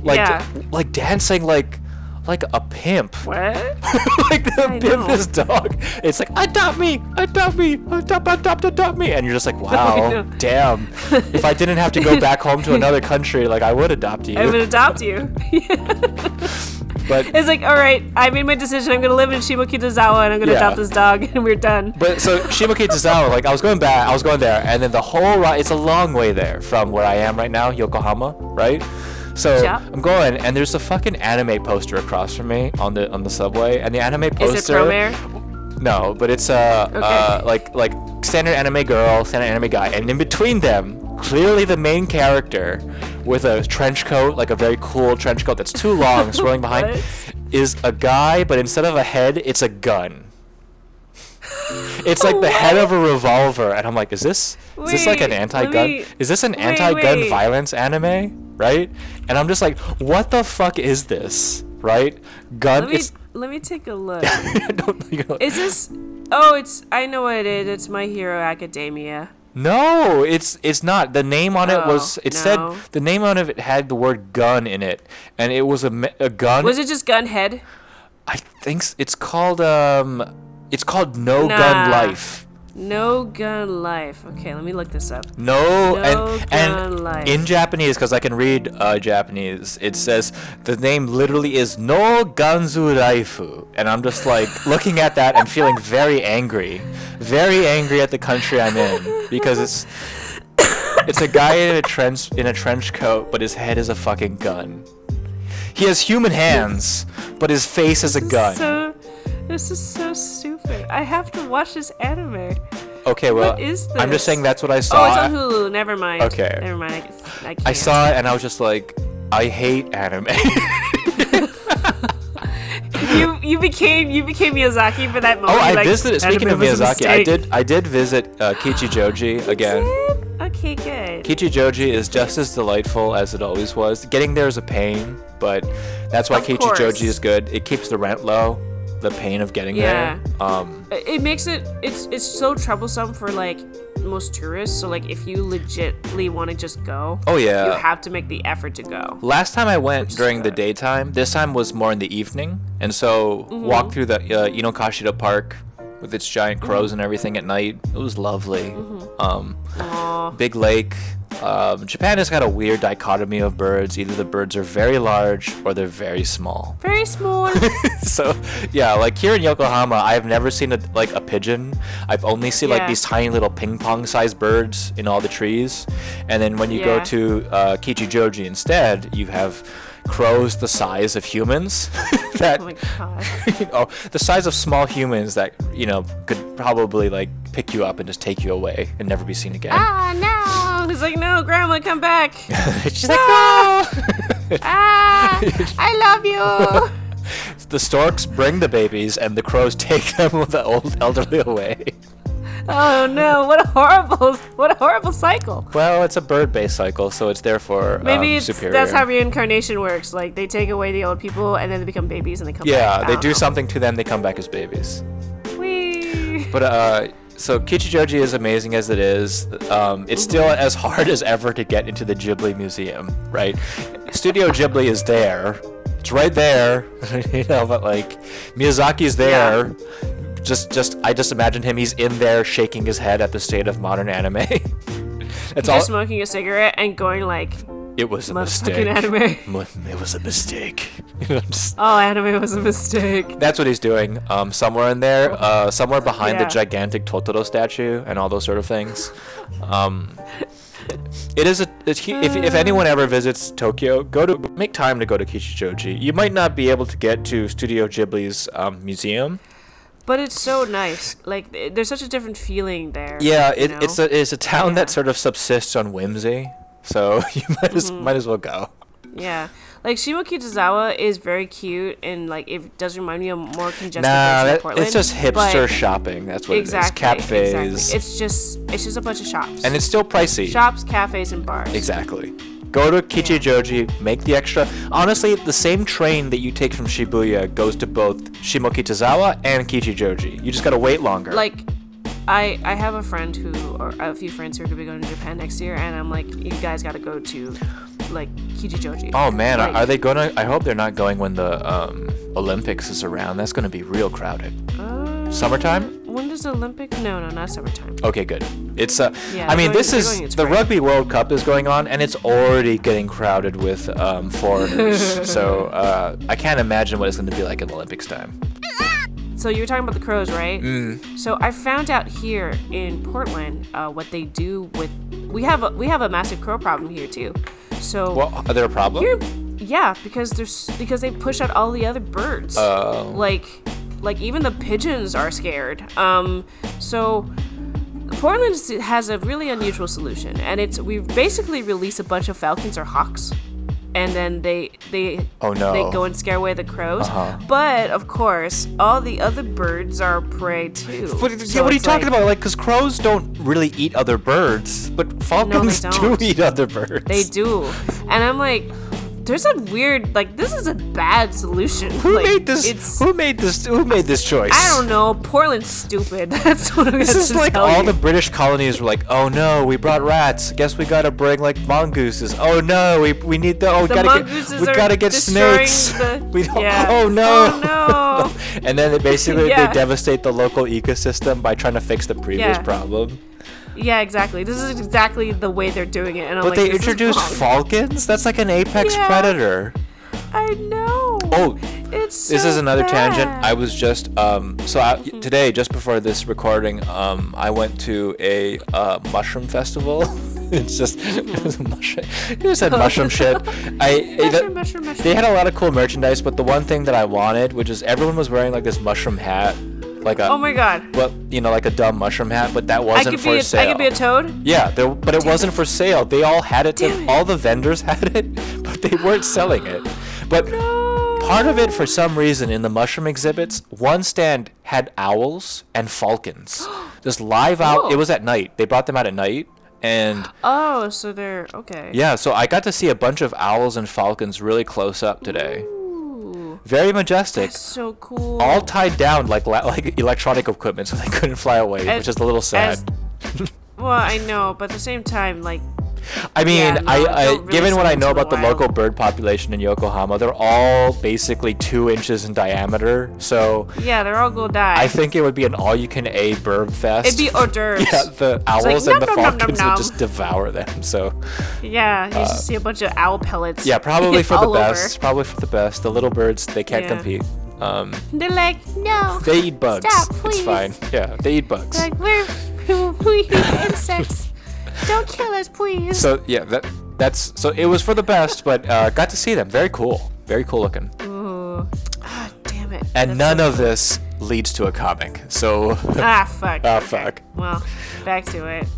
S1: like
S2: Yeah.
S1: like dancing like like a pimp.
S2: what?
S1: like the
S2: I
S1: pimp
S2: know.
S1: this dog. It's like adopt me, adopt me, adopt, adopt, adopt me, and you're just like, wow,
S2: know.
S1: damn. if I didn't have to go back home to another country, like I would adopt you.
S2: I would adopt you.
S1: but
S2: It's like, all right, I made my decision. I'm gonna live in Shimokitazawa and I'm gonna
S1: Yeah.
S2: adopt this dog, and we're done.
S1: But so Shimoki Tozawa, like I was going back, I was going there, and then the whole ride, it's a long way there from where I am right now, Yokohama, right? So
S2: Yeah.
S1: I'm going, and there's a fucking anime poster across from me on the on the subway, and the anime poster.
S2: Is it from air?
S1: No, but it's uh, uh like like standard anime girl, standard anime guy, and in between them, clearly the main character with a trench coat, like a very cool trench coat that's too long, swirling behind,
S2: What?
S1: is a guy, but instead of a head, it's a gun. It's like the head of a revolver, and I'm like, is this is this like an
S2: Wait, let
S1: anti-gun?
S2: me-
S1: is this an
S2: wait,
S1: anti-gun
S2: wait.
S1: violence anime, right? And I'm just like, what the fuck is this, right? Gun.
S2: Let me
S1: it's,
S2: let me take a look.
S1: I don't, you know-
S2: Is this? Oh, it's. I know what it is. It's My Hero Academia.
S1: No, it's it's not. The name on it was
S2: Oh,
S1: it
S2: no.
S1: said the name on it had the word gun in it, and it was a, me- a gun.
S2: Was it just Gunhead?
S1: I think s- it's called um, it's called No Gun
S2: Nah.
S1: Life.
S2: No Gun Life. Okay, let me look this up.
S1: No,
S2: No
S1: and
S2: Gun
S1: and
S2: Life.
S1: in Japanese, because I can read uh, Japanese, it says the name literally is No Ganzu Raifu, and I'm just like looking at that and feeling very angry, very angry at the country I'm in because it's it's a guy in a trench in a trench coat, but his head is a fucking gun. He has human hands, but his face is a gun.
S2: So, this is so stupid. I have to watch this anime.
S1: okay, well,
S2: what is
S1: I'm
S2: this?
S1: just saying that's what I
S2: Oh,
S1: saw.
S2: it's on Hulu. Never mind.
S1: Okay.
S2: Never mind. I, guess- I,
S1: I
S2: can't.
S1: saw it and I was just like, I hate anime.
S2: you. You became you became Miyazaki for that moment.
S1: Oh, I
S2: like,
S1: visited.
S2: anime
S1: Speaking of
S2: was a
S1: Miyazaki, I
S2: mistake.
S1: did. I did visit uh, Kichijoji again.
S2: Okay, good.
S1: Kichijoji is just as delightful as it always was. Getting there is a pain, but that's why
S2: Of course.
S1: Kichijoji is good. It keeps the rent low. The pain of getting there. Um,
S2: it it makes it it's it's so troublesome for like most tourists so like if you legitly want to just go
S1: oh yeah.
S2: you have to make the effort to go
S1: Last time I went during the daytime. This time was more in the evening, and so
S2: Mm-hmm.
S1: walked through the uh, Inokashira Park with its giant
S2: Mm-hmm.
S1: crows and everything at night. It was lovely. Um, big lake. Um, Japan has got a weird dichotomy of birds. Either the birds are very large or they're very small.
S2: very small Oh
S1: so, yeah, like here in Yokohama, I've never seen a, like a pigeon. I've only seen like
S2: Yeah.
S1: these tiny little ping pong sized birds in all the trees. And then when you go
S2: Yeah.
S1: to uh, Kichijoji instead, you have crows the size of humans. that
S2: oh my god
S1: you know, the size of small humans that you know could probably like pick you up and just take you away and never be seen again.
S2: ah no he's like no grandma come back
S1: She's like, no.
S2: ah i love you
S1: the storks bring the babies, and the crows take them with the old elderly away.
S2: oh no what a horrible what a horrible cycle
S1: Well, it's a bird-based cycle, so it's therefore
S2: maybe
S1: um,
S2: it's,
S1: superior.
S2: that's how reincarnation works like they take away the old people and then they become babies and they come
S1: yeah,
S2: back Ah.
S1: they do something to them, they come back as babies.
S2: something
S1: But uh, so Kichijoji is amazing as it is. Um, it's still as hard as ever to get into the Ghibli Museum, right? Studio Ghibli is there. It's right there, you know. But like, Miyazaki's there. Just, just I just imagine him. He's in there shaking his head at the state of modern anime. That's all.
S2: just smoking a cigarette and going like
S1: It was a mistake.
S2: Motherfucking anime.
S1: Mu- It was a mistake. You know, just-
S2: Oh, anime was a mistake.
S1: That's what he's doing. Um, somewhere in there, uh, somewhere behind
S2: Yeah.
S1: the gigantic Totoro statue and all those sort of things. Um, it is a. It's, hu- if, if anyone ever visits Tokyo, go to make time to go to Kishijoji. You might not be able to get to Studio Ghibli's um, museum.
S2: But it's so nice. Like th- there's such a different feeling there.
S1: Yeah,
S2: you
S1: it,
S2: know?
S1: it's a it's a town that
S2: Yeah.
S1: sort of subsists on whimsy. So you might as
S2: Mm-hmm.
S1: might as well go.
S2: yeah. Like Shimo Kitazawa is very cute and like it does remind me of more congested
S1: Nah,
S2: version of
S1: that,
S2: Portland.
S1: it's just
S2: but-
S1: hipster shopping. That's what
S2: Exactly.
S1: it is. Cafes,
S2: Exactly. It's just it's just a bunch of shops.
S1: and it's still pricey.
S2: shops, cafes, and bars.
S1: Exactly. Go to Kichijoji, make the extra. Honestly, the same train that you take from Shibuya goes to both Shimokitazawa and Kichijoji. You just gotta wait longer.
S2: Like I I have a friend who or a few friends who are gonna be going to Japan next year and I'm like, you guys gotta go to like Kijijoji.
S1: oh man, are-
S2: like-
S1: are they gonna? I hope they're not going when the um, Olympics is around. That's gonna be real crowded.
S2: Uh,
S1: Summertime?
S2: When does the Olympics? No, no, not summertime.
S1: Okay, good. It's uh,
S2: Yeah,
S1: I
S2: they're
S1: mean,
S2: going-
S1: this
S2: they're
S1: is
S2: going in
S1: the
S2: spring.
S1: Rugby World Cup is going on, and it's already getting crowded with um, foreigners. so uh, I can't imagine what it's gonna be like in Olympics time.
S2: So you were talking about the crows, right? Mm. So I found out here in Portland uh, what they do with. We have a, we have a massive crow problem here too. So
S1: Well, are there a problem?
S2: here, yeah, because there's because they push out all the other birds.
S1: Oh.
S2: Like, like even the pigeons are scared. Um, so. Portland s- has a really unusual solution, and it's we basically release a bunch of falcons or hawks, and then they they
S1: Oh, no. Uh-huh.
S2: they go and scare away the crows. But of course, all the other birds are prey too.
S1: What, yeah,
S2: So
S1: what are you
S2: it's
S1: talking
S2: like,
S1: about? Like, because crows don't really eat other birds, but falcons
S2: don't.
S1: do eat other birds.
S2: They do, and I'm like, there's a weird like this is a bad solution.
S1: Who
S2: Like,
S1: made this?
S2: It's,
S1: who made this? Who made this choice?
S2: I don't know. Portland's stupid. That's what I'm gonna
S1: This is
S2: just
S1: like
S2: tell
S1: all
S2: you.
S1: the British colonies were like, oh no, we brought rats. Guess we gotta bring like mongooses. Oh no, we, we need the oh
S2: The
S1: gotta
S2: mongooses
S1: get we
S2: are
S1: gotta get
S2: destroying
S1: snakes.
S2: the-
S1: we don't,
S2: yeah.
S1: Oh no.
S2: Oh, no.
S1: and then they basically
S2: Yeah.
S1: they devastate the local ecosystem by trying to fix the previous
S2: Yeah.
S1: problem.
S2: Yeah, exactly. This is exactly the way they're doing it, and I'm
S1: But
S2: like,
S1: they
S2: this is
S1: introduced
S2: wrong.
S1: falcons. That's like an apex
S2: Yeah.
S1: predator.
S2: I know.
S1: Oh,
S2: it's
S1: this
S2: so
S1: is another tangent.
S2: bad. Mm-hmm.
S1: I was just um, so I, today, just before this recording, um, I went to a uh, mushroom festival. it's just it was a mushroom. It just had mushroom shit. I
S2: Mm-hmm. Mushroom, mushroom, mushroom.
S1: they had a lot of cool merchandise, but the one thing that I wanted, which is everyone was wearing like this mushroom hat, like a
S2: Oh my god.
S1: well, you know, like a dumb mushroom hat, but that
S2: I
S1: wasn't
S2: could
S1: for
S2: be a,
S1: sale.
S2: I could be a toad.
S1: yeah, there, but it wasn't for sale. They all had it,
S2: Damn it.
S1: all the vendors had it, but they weren't selling it. But
S2: No.
S1: Part of it, for some reason, in the mushroom exhibits, one stand had owls and falcons. Just live out. It
S2: Cool.
S1: was at night. They brought them out at night. And
S2: Oh, so they're okay.
S1: yeah, so I got to see a bunch of owls and falcons really close up today.
S2: Ooh,
S1: Very majestic.
S2: so cool.
S1: All tied down like la- like electronic equipment, so they couldn't fly away,
S2: As-
S1: which is a little sad.
S2: as- well, I know, but at the same time, like,
S1: I mean,
S2: Yeah, no,
S1: I,
S2: don't
S1: I
S2: really
S1: given what I
S2: send
S1: know
S2: it to
S1: about the,
S2: the wild.
S1: local bird population in Yokohama, they're all basically two inches in diameter. So
S2: yeah, they're all gonna die.
S1: I think it would be an all-you-can-a bird fest.
S2: It'd be hors d'oeuvres.
S1: Yeah, the owls
S2: nom,
S1: and the
S2: nom, nom, nom,
S1: falcons would
S2: nom.
S1: just devour them. So,
S2: Yeah, you just see a bunch of owl pellets.
S1: Uh, yeah, probably for the
S2: all over.
S1: best. Probably for the best. The little birds, they can't
S2: Yeah.
S1: compete. Um,
S2: They're like, no.
S1: they eat bugs.
S2: Stop,
S1: it's
S2: please.
S1: fine. Yeah, they eat bugs.
S2: Like, we're, we eat insects. Don't kill us, please.
S1: So yeah, that that's so it was for the best, but uh, got to see them. Very cool. Very cool looking.
S2: Ooh. Ah, damn it.
S1: And
S2: That's
S1: none
S2: so-
S1: of this leads to a comic. So,
S2: Ah, fuck.
S1: Ah,
S2: Okay.
S1: fuck.
S2: Well, back to it.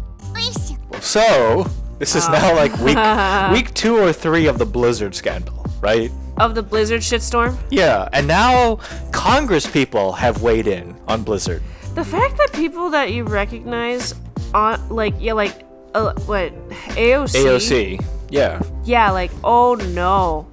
S1: so this
S2: Oh.
S1: is now like week week two or three of the Blizzard scandal, right?
S2: Of the blizzard shitstorm.
S1: Yeah, and now Congress people have weighed in on Blizzard.
S2: The fact that people that you recognize on, like, yeah, like, uh, what, AOC?
S1: AOC. Yeah.
S2: Yeah, like, oh no.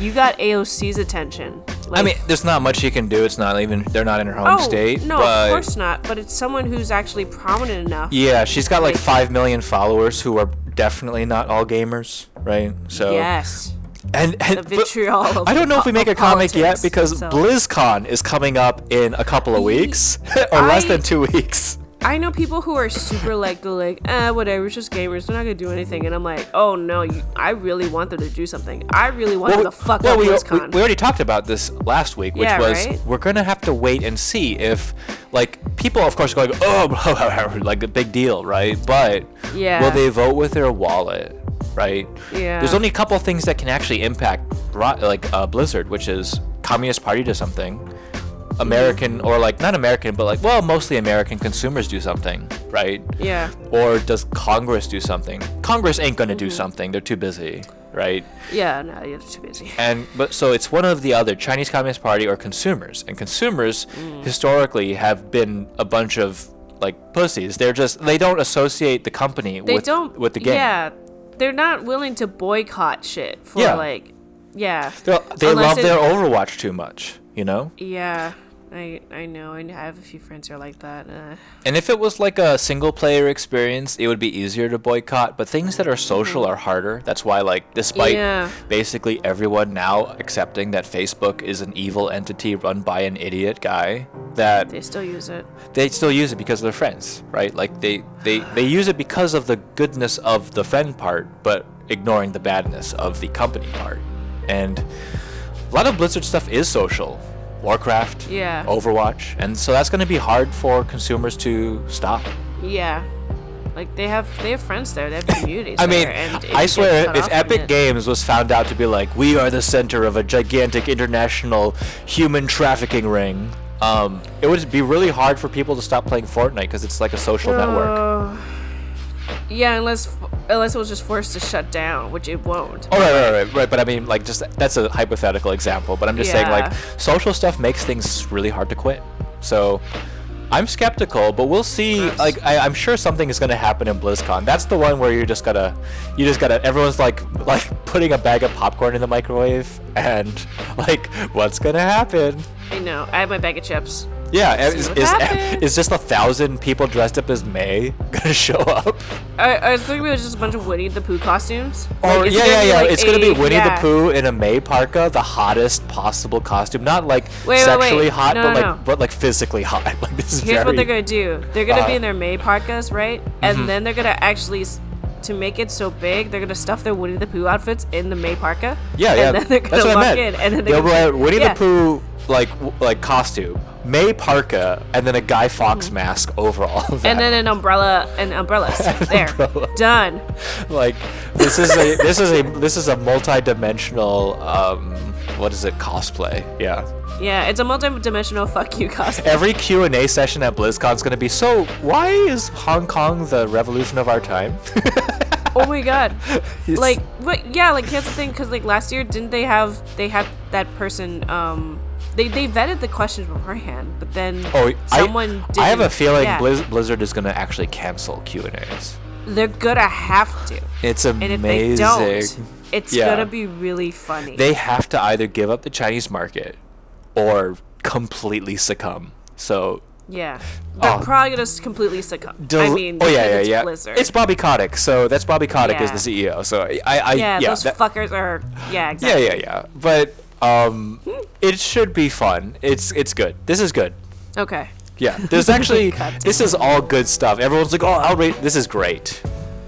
S2: You got AOC's attention. Like,
S1: I mean, there's not much you can do. It's not even they're not in her home
S2: oh,
S1: state.
S2: No,
S1: but
S2: of course not. But it's someone who's actually prominent enough.
S1: Yeah, she's got like
S2: Like-
S1: five million followers who are definitely not all gamers, right? So
S2: Yes.
S1: and, and but
S2: vitriol of
S1: I don't know if we
S2: po-
S1: make a
S2: of
S1: comic yet
S2: politics,
S1: because
S2: so-
S1: BlizzCon is coming up in a couple of weeks or less
S2: I-
S1: than two weeks.
S2: I know people who are super like they're like, eh, whatever, it's just gamers, they're not gonna do anything, and I'm like, oh no, you, I really want them to do something. I really want them to fuck
S1: well,
S2: up
S1: we, we,
S2: BlizzCon.
S1: we already talked about this last week, which
S2: Yeah,
S1: was
S2: right?
S1: we're gonna have to wait and see if, like, people of course are going, oh, like a big deal, right? But
S2: Yeah.
S1: will they vote with their wallet, right?
S2: Yeah.
S1: There's only a couple things that can actually impact, bro- like uh, Blizzard, which is Communist Party does something,
S2: Hmm.
S1: American or like not American, but like well, mostly American consumers do something, right?
S2: yeah,
S1: Or does Congress do something? Congress ain't gonna
S2: Mm-hmm.
S1: do something. They're too busy, right?
S2: yeah, no, you're too busy.
S1: and but so it's one of the other Chinese Communist Party or consumers, and consumers
S2: Mm.
S1: historically have been a bunch of like pussies. They're just they don't associate the company
S2: They
S1: with
S2: don't
S1: with the game.
S2: Yeah, they're not willing to boycott shit for
S1: Yeah.
S2: like, yeah,
S1: They're- they
S2: Unless
S1: love
S2: it-
S1: their Overwatch too much, you know.
S2: yeah. I I know, and I have a few friends who are like that. Uh,
S1: And if it was like a single player experience, it would be easier to boycott. But things that are social are harder. That's why, like, despite
S2: Mm-hmm. Yeah.
S1: basically everyone now accepting that Facebook is an evil entity run by an idiot guy, that
S2: they still use it.
S1: they still use it because they're friends, right? Like they they they use it because of the goodness of the friend part, but ignoring the badness of the company part. And a lot of Blizzard stuff is social, Warcraft,
S2: Yeah.
S1: Overwatch, and so that's going to be hard for consumers to stop.
S2: Yeah. Like they have they have friends there, they have communities.
S1: I mean,
S2: there, and if you
S1: I
S2: get
S1: swear,
S2: cut
S1: if
S2: off from
S1: Epic
S2: it-
S1: Games was found out to be like, we are the center of a gigantic international human trafficking ring, um, it would be really hard for people to stop playing Fortnite because it's like a social network.
S2: Oh. yeah, unless unless it was just forced to shut down, which it won't.
S1: Oh, right, right, right, right. But I mean, like, just that's a hypothetical example. But I'm just saying, like,
S2: Yeah.
S1: social stuff makes things really hard to quit. So I'm skeptical, but we'll see.
S2: Gross.
S1: Like, I, I'm sure something is gonna happen in BlizzCon. That's the one where you just gotta, you just gotta. Everyone's like, like putting a bag of popcorn in the microwave, and like, what's gonna happen?
S2: I know. I have my bag of chips.
S1: Yeah,
S2: see
S1: is,
S2: what
S1: is,
S2: happens.
S1: is just a thousand people dressed up as May gonna show up?
S2: I, I was thinking it was just a bunch of Winnie the Pooh costumes.
S1: Or
S2: is
S1: Oh,
S2: it
S1: yeah,
S2: gonna
S1: yeah,
S2: be
S1: yeah.
S2: like
S1: it's gonna be
S2: a-
S1: Winnie
S2: yeah.
S1: the Pooh in a May parka, the hottest possible costume. Not like
S2: Wait, wait,
S1: sexually
S2: wait.
S1: hot,
S2: No,
S1: but
S2: no,
S1: like
S2: no.
S1: but like physically hot. Like this is
S2: Here's
S1: very.
S2: what they're gonna do. They're gonna
S1: Uh,
S2: be in their May parkas, right?
S1: Mm-hmm.
S2: And then they're gonna actually, s- to make it so big, they're gonna stuff their Winnie the Pooh outfits in the May parka.
S1: yeah,
S2: and
S1: yeah.
S2: Then they're gonna
S1: that's what
S2: walk
S1: I meant.
S2: in, and then
S1: They'll
S2: they're
S1: wear
S2: gonna,
S1: Winnie
S2: yeah.
S1: the Pooh like w- like costume, May parka, and then a Guy Fox mask over all of that.
S2: Mm-hmm. and then an umbrella and umbrellas. there,
S1: umbrella.
S2: done.
S1: like this is a this is a this is a multi-dimensional um what is it cosplay? Yeah.
S2: Yeah, it's a multi-dimensional fuck you costume.
S1: Every Q and A session at BlizzCon's gonna be so. Why is Hong Kong the revolution of our time?
S2: oh my god,
S1: Yes.
S2: like, but yeah, like here's the thing, because like last year, didn't they have they had that person? Um, they they vetted the questions beforehand, but then
S1: Oh,
S2: someone
S1: I, I have a
S2: didn't-
S1: feeling
S2: yeah.
S1: Blizz- Blizzard is going to actually cancel Q and A's.
S2: they're gonna have to,
S1: It's
S2: and if
S1: amazing.
S2: they don't, it's
S1: Yeah.
S2: gonna be really funny.
S1: They have to either give up the Chinese market or completely succumb. So,
S2: yeah, they're
S1: Oh.
S2: probably gonna s- completely succumb. I
S1: del-
S2: mean,
S1: oh yeah, yeah,
S2: because it's
S1: yeah.
S2: Blizzard.
S1: It's Bobby Kotick, so that's Bobby Kotick is the CEO. So I, I, I
S2: yeah, those
S1: that-
S2: fuckers are. Yeah, exactly.
S1: yeah, yeah, yeah. But um, it should be fun. It's it's good. This is good.
S2: Okay.
S1: Yeah, there's actually this is all good stuff. Everyone's like, oh, I'll rate. This is great,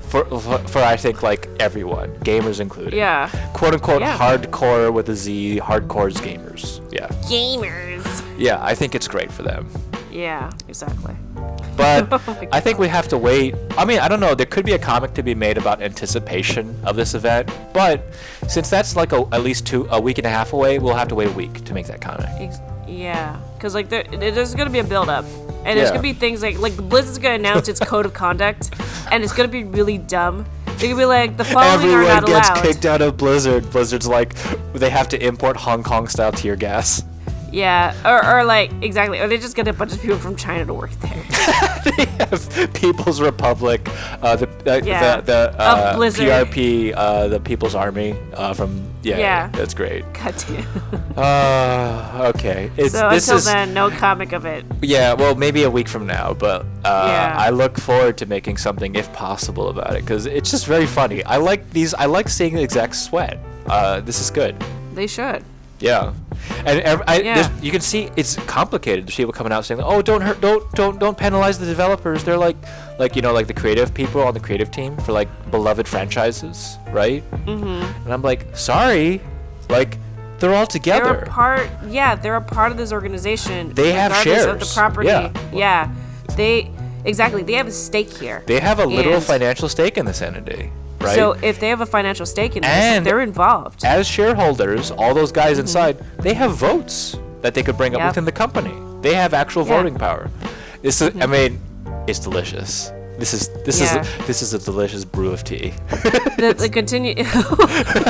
S1: for for, for I think like everyone, gamers included.
S2: Yeah.
S1: Quote unquote
S2: Yeah.
S1: hardcore with a Z, hardcores gamers. Yeah,
S2: Gamers.
S1: yeah, I think it's great for them.
S2: Yeah, exactly.
S1: But
S2: Oh my
S1: I think we have to wait. I mean, I don't know. There could be a comic to be made about anticipation of this event, but since that's like a, at least two a week and a half away, we'll have to wait a week to make that comic.
S2: Ex- yeah, because like there, there- there's gonna be a build up, and there's
S1: Yeah.
S2: gonna be things like like Blizzard's gonna announce its code of conduct, and it's gonna be really dumb. They're gonna be like the following are
S1: Everyone
S2: not
S1: gets
S2: allowed.
S1: kicked out of Blizzard. Blizzard's like, they have to import Hong Kong style tear gas.
S2: Yeah, or, or like exactly, or they just get a bunch of people from China to work there.
S1: they have People's Republic, uh, the, uh,
S2: Yeah.
S1: the the uh,
S2: Of Blizzard.
S1: PRP, uh, the People's Army uh, from yeah,
S2: Yeah.
S1: that's great.
S2: God damn.
S1: Uh, okay, it's
S2: So
S1: this
S2: until
S1: is
S2: then, no comic of it.
S1: yeah, well maybe a week from now, but uh,
S2: Yeah.
S1: I look forward to making something if possible about it because it's just very funny. I like these. I like seeing the exact sweat. Uh, this is good.
S2: They should.
S1: Yeah. And ev- I,
S2: Yeah.
S1: there's- you can see it's complicated. There's people coming out saying, "Oh, don't hurt, don't, don't, don't penalize the developers. They're like, like you know, like the creative people on the creative team for like beloved franchises, right?" Mm-hmm. And I'm like, sorry, like they're all
S2: They're
S1: together.
S2: a part. Yeah, they're a part of this organization.
S1: They have
S2: regardless Of
S1: shares.
S2: the property.
S1: Yeah.
S2: Yeah. They exactly. They have a stake here.
S1: they have a literal
S2: And-
S1: financial stake in this entity, right?
S2: So if they have a financial stake in this,
S1: And-
S2: they're involved.
S1: as shareholders, all those guys inside, they have votes that they could bring up
S2: Mm-hmm.
S1: within
S2: Yep.
S1: the company. They have actual
S2: Yeah. Mm-hmm.
S1: voting power. This is, I mean, it's delicious. This is this
S2: Yeah.
S1: is this is a delicious brew of tea.
S2: the, the continue.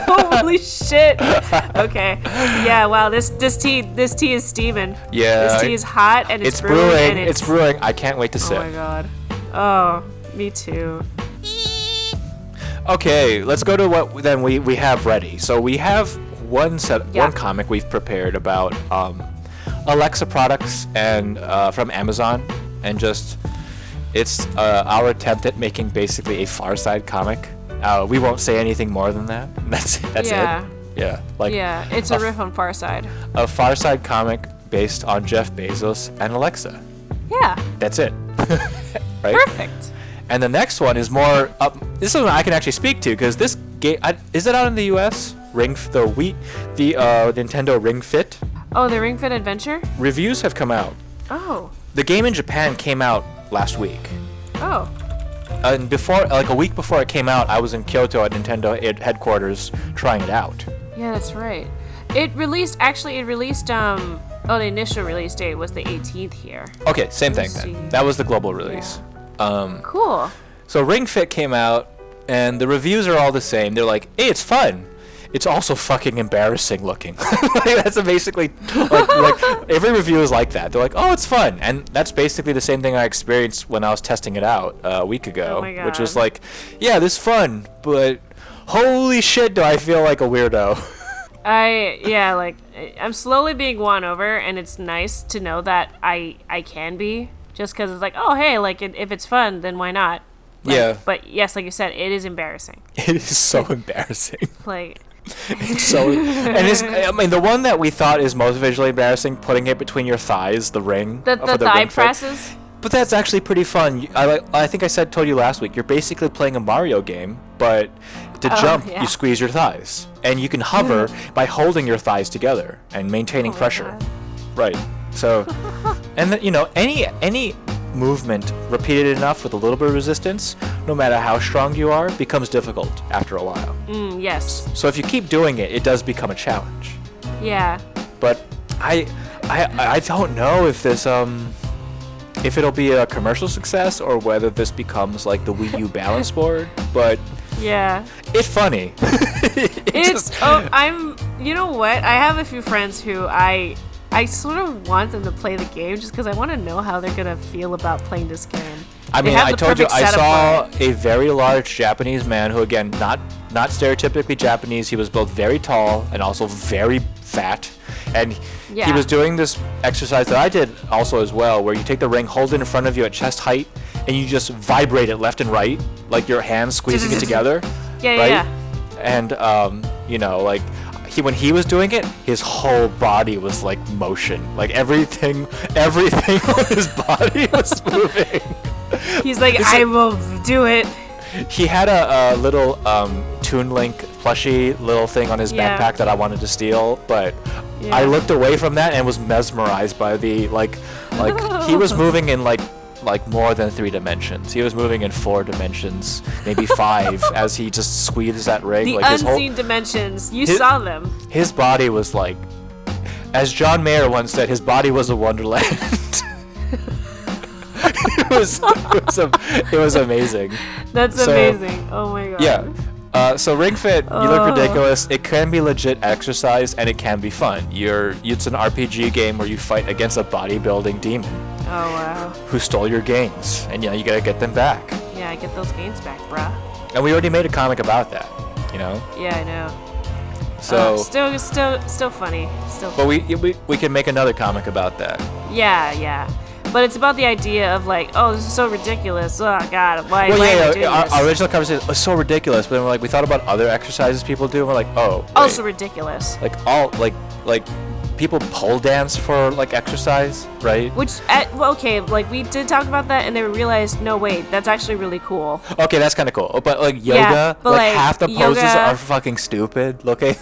S2: Holy shit! Okay. Yeah. Wow. This this tea this tea is steaming.
S1: Yeah,
S2: This tea is hot and
S1: It's,
S2: it's,
S1: brewing.
S2: and
S1: It's, brewing. I can't wait to
S2: Oh
S1: sip.
S2: my god. Oh, me too.
S1: Okay, let's go to what then we, we have ready. So we have one set
S2: Yeah.
S1: one comic we've prepared about um, Alexa products and uh, from Amazon, and just it's uh, our attempt at making basically a Far Side comic. Uh, we won't say anything more than that. That's that's
S2: Yeah.
S1: it. Yeah, like
S2: Yeah. It's a
S1: f-
S2: riff on Far Side.
S1: a Far Side comic based on Jeff Bezos and Alexa.
S2: Yeah.
S1: That's it. right?
S2: Perfect.
S1: And the next one is more up. This is one I can actually speak to because this game is it out in the U.S. Ring F- the Wii, the uh, Nintendo Ring Fit
S2: Oh, the Ring Fit Adventure.
S1: reviews have come out.
S2: Oh.
S1: The game in Japan came out last week,
S2: Oh.
S1: and before like a week before it came out, I was in Kyoto at Nintendo ed- headquarters trying it out.
S2: Yeah, that's right. It released actually. It released um. Oh, the initial release date was the 18th here.
S1: Okay, same thing.
S2: see.
S1: Then. That was the global release.
S2: Cool.
S1: So Ring Fit came out, and the reviews are all the same. They're like, "Hey, it's fun. It's also fucking embarrassing looking." like, that's basically like, like every review is like that. They're like, "Oh, it's fun," and that's basically the same thing I experienced when I was testing it out uh, a week ago,
S2: Oh my
S1: which was
S2: God.
S1: like, "Yeah, this is fun, but holy shit, do I feel like a weirdo."
S2: I yeah, like I- I'm slowly being won over, and it's nice to know that I I can be just because it's like oh hey like it, if it's fun then why not? Like,
S1: Yeah.
S2: But yes, like you said, it is embarrassing.
S1: it is so embarrassing.
S2: Like
S1: so and it's I mean the one that we thought is most visually embarrassing, putting it between your thighs, the ring,
S2: the
S1: uh,
S2: the
S1: for
S2: thigh
S1: Ring Fit.
S2: presses.
S1: But that's actually pretty fun. You- I like. I think I said told you last week. You're basically playing a Mario game, but to jump,
S2: Oh, yeah. Hmm.
S1: you squeeze your thighs, and you can hover by holding your thighs together and maintaining pressure.
S2: Oh God.
S1: Right. So, and then you know any any movement repeated enough with a little bit of resistance, no matter how strong you are, becomes difficult after a while.
S2: Mm, yes.
S1: So if you keep doing it, it does become a challenge.
S2: Yeah.
S1: But I I I don't know if this um if it'll be a commercial success or whether this becomes like the Wii U balance board, but
S2: Yeah.
S1: it's funny.
S2: It's oh, I'm. You know what? I have a few friends who I I sort of want them to play the game just because I want to know how they're gonna feel about playing this game.
S1: I
S2: They
S1: mean,
S2: have
S1: I
S2: the
S1: told you
S2: perfect
S1: I
S2: setup for
S1: saw
S2: it.
S1: a very large Japanese man who again not not stereotypically Japanese, he was both very tall and also very fat. And he
S2: Yeah.
S1: was doing this exercise that I did also as well where you take the ring, hold it in front of you at chest height and you just vibrate it left and right like your hands squeezing it together.
S2: Yeah, yeah,
S1: right?
S2: yeah.
S1: And um, you know, like he when he was doing it, his whole body was like motion. Like everything everything on his body was moving.
S2: He's like, I will do it.
S1: He had a, a little um, Toon Link plushie little thing on his
S2: Yeah.
S1: backpack that I wanted to steal, but I
S2: Yeah.
S1: looked away from that and was mesmerized by the like, like he was moving in like like more than three dimensions. He was moving in four dimensions, maybe five, as he just squeezed that ring.
S2: The
S1: like his whole
S2: unseen dimensions. You
S1: His-
S2: saw them.
S1: his body was like, as John Mayer once said, his body was a wonderland. it was it was, a, it was amazing.
S2: That's
S1: So-
S2: amazing. Oh my god.
S1: Yeah. Uh, so Ring Fit, you look
S2: Oh.
S1: ridiculous. It can be legit exercise and it can be fun. You're it's an RPG game where you fight against a bodybuilding demon
S2: Oh wow.
S1: who stole your gains, and you know you gotta get them back.
S2: Yeah, get those gains back, bruh.
S1: And we already made a comic about that, you know.
S2: Yeah, I know.
S1: So,
S2: Uh, still, still, still funny. Still.
S1: but we, we we can make another comic about that.
S2: yeah, yeah. But it's about the idea of like, oh, this is so ridiculous. Oh God, why?
S1: Well,
S2: why am I
S1: yeah,
S2: doing
S1: yeah our,
S2: this?
S1: our original conversation was so ridiculous, but then we're like, we thought about other exercises people do, and we're "Oh, like, oh, wait.
S2: also ridiculous.
S1: like all like like people pole dance for like exercise, right?
S2: Which, at, well, okay, like we did talk about that, and they realized, no, wait, that's actually really cool.
S1: Okay, that's kind of cool. But like yoga,
S2: but,
S1: like,
S2: like,
S1: half the poses
S2: yoga-
S1: are fucking stupid looking.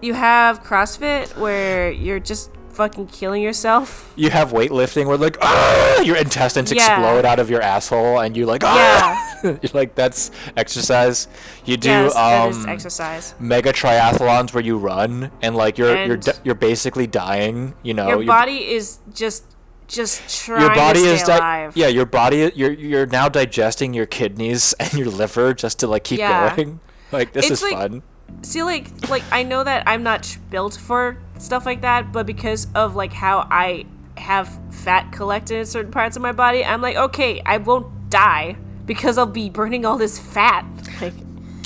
S2: You have CrossFit where you're just fucking killing yourself.
S1: you have weightlifting where like ah, your intestines
S2: Yeah.
S1: explode out of your asshole and you like ah! you're like that's exercise. You do
S2: yes, that is
S1: um
S2: exercise.
S1: mega triathlons where you run and like you're you're
S2: And-
S1: di- you're basically dying, Oh, you know.
S2: Your
S1: you're-
S2: body is just just trying
S1: your body
S2: to stay
S1: is di-
S2: alive.
S1: yeah your body you're you're now digesting your kidneys and your liver just to like keep
S2: Yeah.
S1: going like this
S2: It's
S1: is
S2: like-
S1: fun
S2: See, like, like I know that I'm not built for stuff like that, but because of like how I have fat collected in certain parts of my body, I'm like, okay, I won't die because I'll be burning all this fat. Like,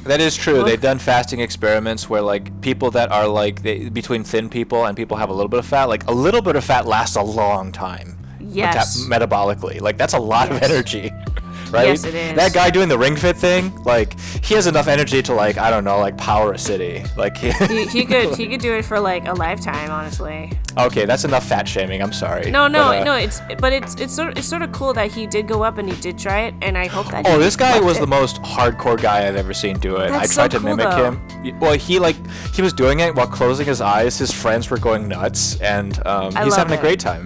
S1: that is true they've done fasting experiments where like people that are like they, between thin people and people have a little bit of fat like a little bit of fat lasts a long time meta-
S2: Yes.
S1: metabolically like that's a lot
S2: Yes.
S1: of energy right
S2: Yes, it is.
S1: that guy doing the ring fit thing like he has enough energy to like i don't know like power a city like he-
S2: he, he could he could do it for like a lifetime, honestly.
S1: okay that's enough fat shaming i'm sorry
S2: No, no,
S1: But, uh,
S2: no. It's but it's it's sort it's sort of cool that he did go up and he did try it, and I hope that.
S1: Oh,
S2: he
S1: this guy
S2: liked
S1: was
S2: it.
S1: the most hardcore guy I've ever seen do it.
S2: That's
S1: I tried
S2: so
S1: to
S2: cool,
S1: mimic
S2: though.
S1: him. Well, he like he was doing it while closing his eyes. His friends were going nuts, and um,
S2: I
S1: he's
S2: love
S1: having
S2: it.
S1: a great time.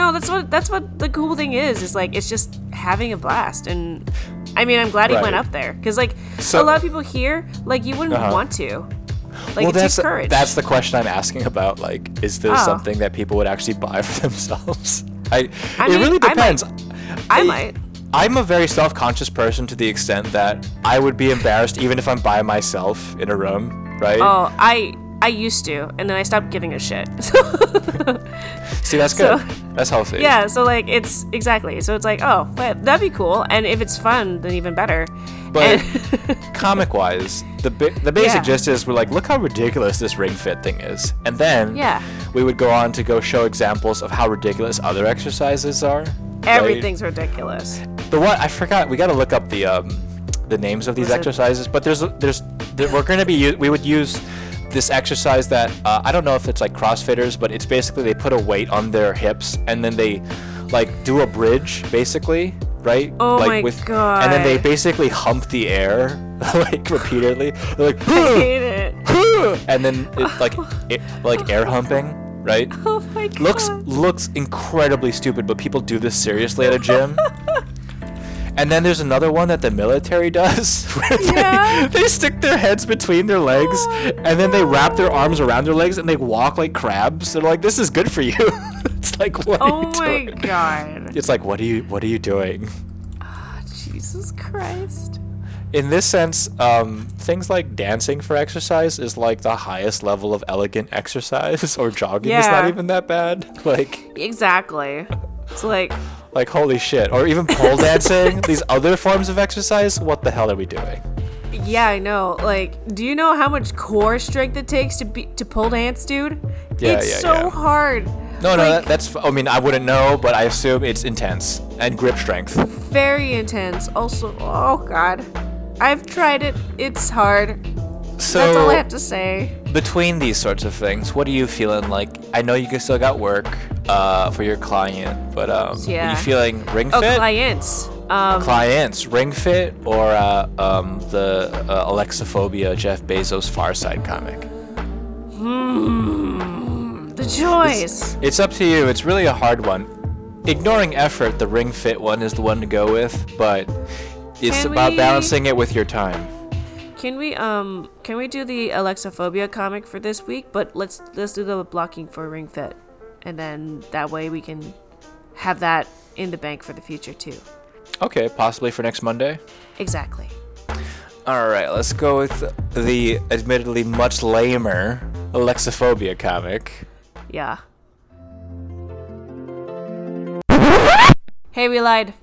S2: No, that's what that's what the cool thing is. Is like it's just having a blast, and I mean, I'm glad he
S1: Right.
S2: went up there because like
S1: So-
S2: a lot of people here, like you wouldn't
S1: Uh-huh.
S2: want to. Like
S1: well,
S2: it takes
S1: that's
S2: courage.
S1: that's the question I'm asking about. Like, is this
S2: Oh.
S1: something that people would actually buy for themselves? I,
S2: I
S1: it
S2: mean,
S1: really
S2: I might-
S1: depends.
S2: I might.
S1: I'm a very self-conscious person to the extent that I would be embarrassed even if I'm by myself in a room, right?
S2: Oh, I I used to, and then I stopped giving a shit.
S1: See, that's
S2: so-
S1: good. that's healthy.
S2: yeah, so like it's exactly. So it's like oh, but that'd be cool, and if it's fun, then even better.
S1: But
S2: And-
S1: comic wise, the bi- the basic
S2: Yeah.
S1: gist is we're like, look how ridiculous this ring fit thing is, and then
S2: Yeah.
S1: we would go on to go show examples of how ridiculous other exercises are. right?
S2: everything's ridiculous.
S1: The what I forgot. We got to look up the um the names of these
S2: Was it-
S1: exercises. But there's there's there, we're going to be u- we would use this exercise that uh, I don't know if it's like CrossFitters, but it's basically they put a weight on their hips and then they like do a bridge basically. Right?
S2: Oh
S1: like
S2: my
S1: And then they
S2: God.
S1: basically hump the air like repeatedly. They're like,
S2: I hate it.
S1: and then it, like it, like air humping, right?
S2: Oh my god.
S1: looks looks incredibly stupid, but people do this seriously at a gym. and then there's another one that the military does, where they,
S2: Yeah. Oh,
S1: they stick their heads between their legs, and then they wrap their arms around their legs, and they walk like crabs. They're like, "This is good for you." it's like, what
S2: Oh
S1: are you
S2: my
S1: doing?
S2: god.
S1: It's like, what are you, what are you doing?
S2: Jesus Christ.
S1: In this sense, um, things like dancing for exercise is like the highest level of elegant exercise, or jogging is
S2: Yeah.
S1: not even that bad. Like,
S2: Exactly. It's like,
S1: Like holy shit, or even pole dancing, these other forms of exercise. What the hell are we doing?
S2: yeah, I know. Like, do you know how much core strength it takes to be to pole dance, dude?
S1: Yeah,
S2: it's
S1: yeah,
S2: so
S1: yeah.
S2: hard.
S1: No, no,
S2: Like-
S1: that, that's. I mean, I wouldn't know, but I assume it's intense and grip strength.
S2: Very intense. Also, oh god. I've tried it. It's hard. That's all I
S1: So
S2: have to say.
S1: between these sorts of things, what are you feeling like? I know you g- still got work uh, for your client, but um, are
S2: Yeah.
S1: you feeling ring
S2: Oh,
S1: fit?
S2: clients. Um,
S1: Clients, ring fit, or uh, um, the uh, Alexophobia Jeff Bezos Far Side comic.
S2: the choice.
S1: It's up to you. It's really a hard one. Ignoring effort, the ring fit one is the one to go with, but it's
S2: Can
S1: about
S2: we-
S1: balancing it with your time.
S2: Can we um can we do the Alexophobia comic for this week? But let's let's do the blocking for Ring Fit, and then that way we can have that in the bank for the future too.
S1: Okay, possibly for next Monday.
S2: Exactly.
S1: All right, let's go with the admittedly much lamer Alexophobia comic.
S2: Yeah. Hey, we lied.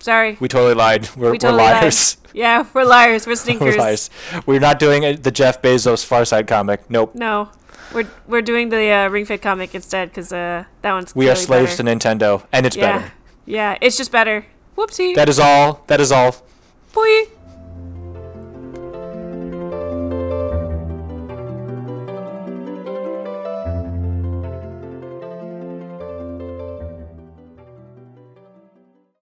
S2: Sorry.
S1: We totally lied. We're,
S2: We totally
S1: we're
S2: lied.
S1: liars.
S2: Yeah, we're liars. We're
S1: We're
S2: stinkers.
S1: liars. We're not doing it- the Jeff Bezos Far Side comic. Nope.
S2: No, we're we're doing the uh, Ring Fit comic instead because uh that one's
S1: We are
S2: clearly
S1: slaves to
S2: better.
S1: Nintendo, and it's
S2: yeah,
S1: better.
S2: yeah. It's just better. Whoopsie.
S1: That is all. That is all.
S2: Boy.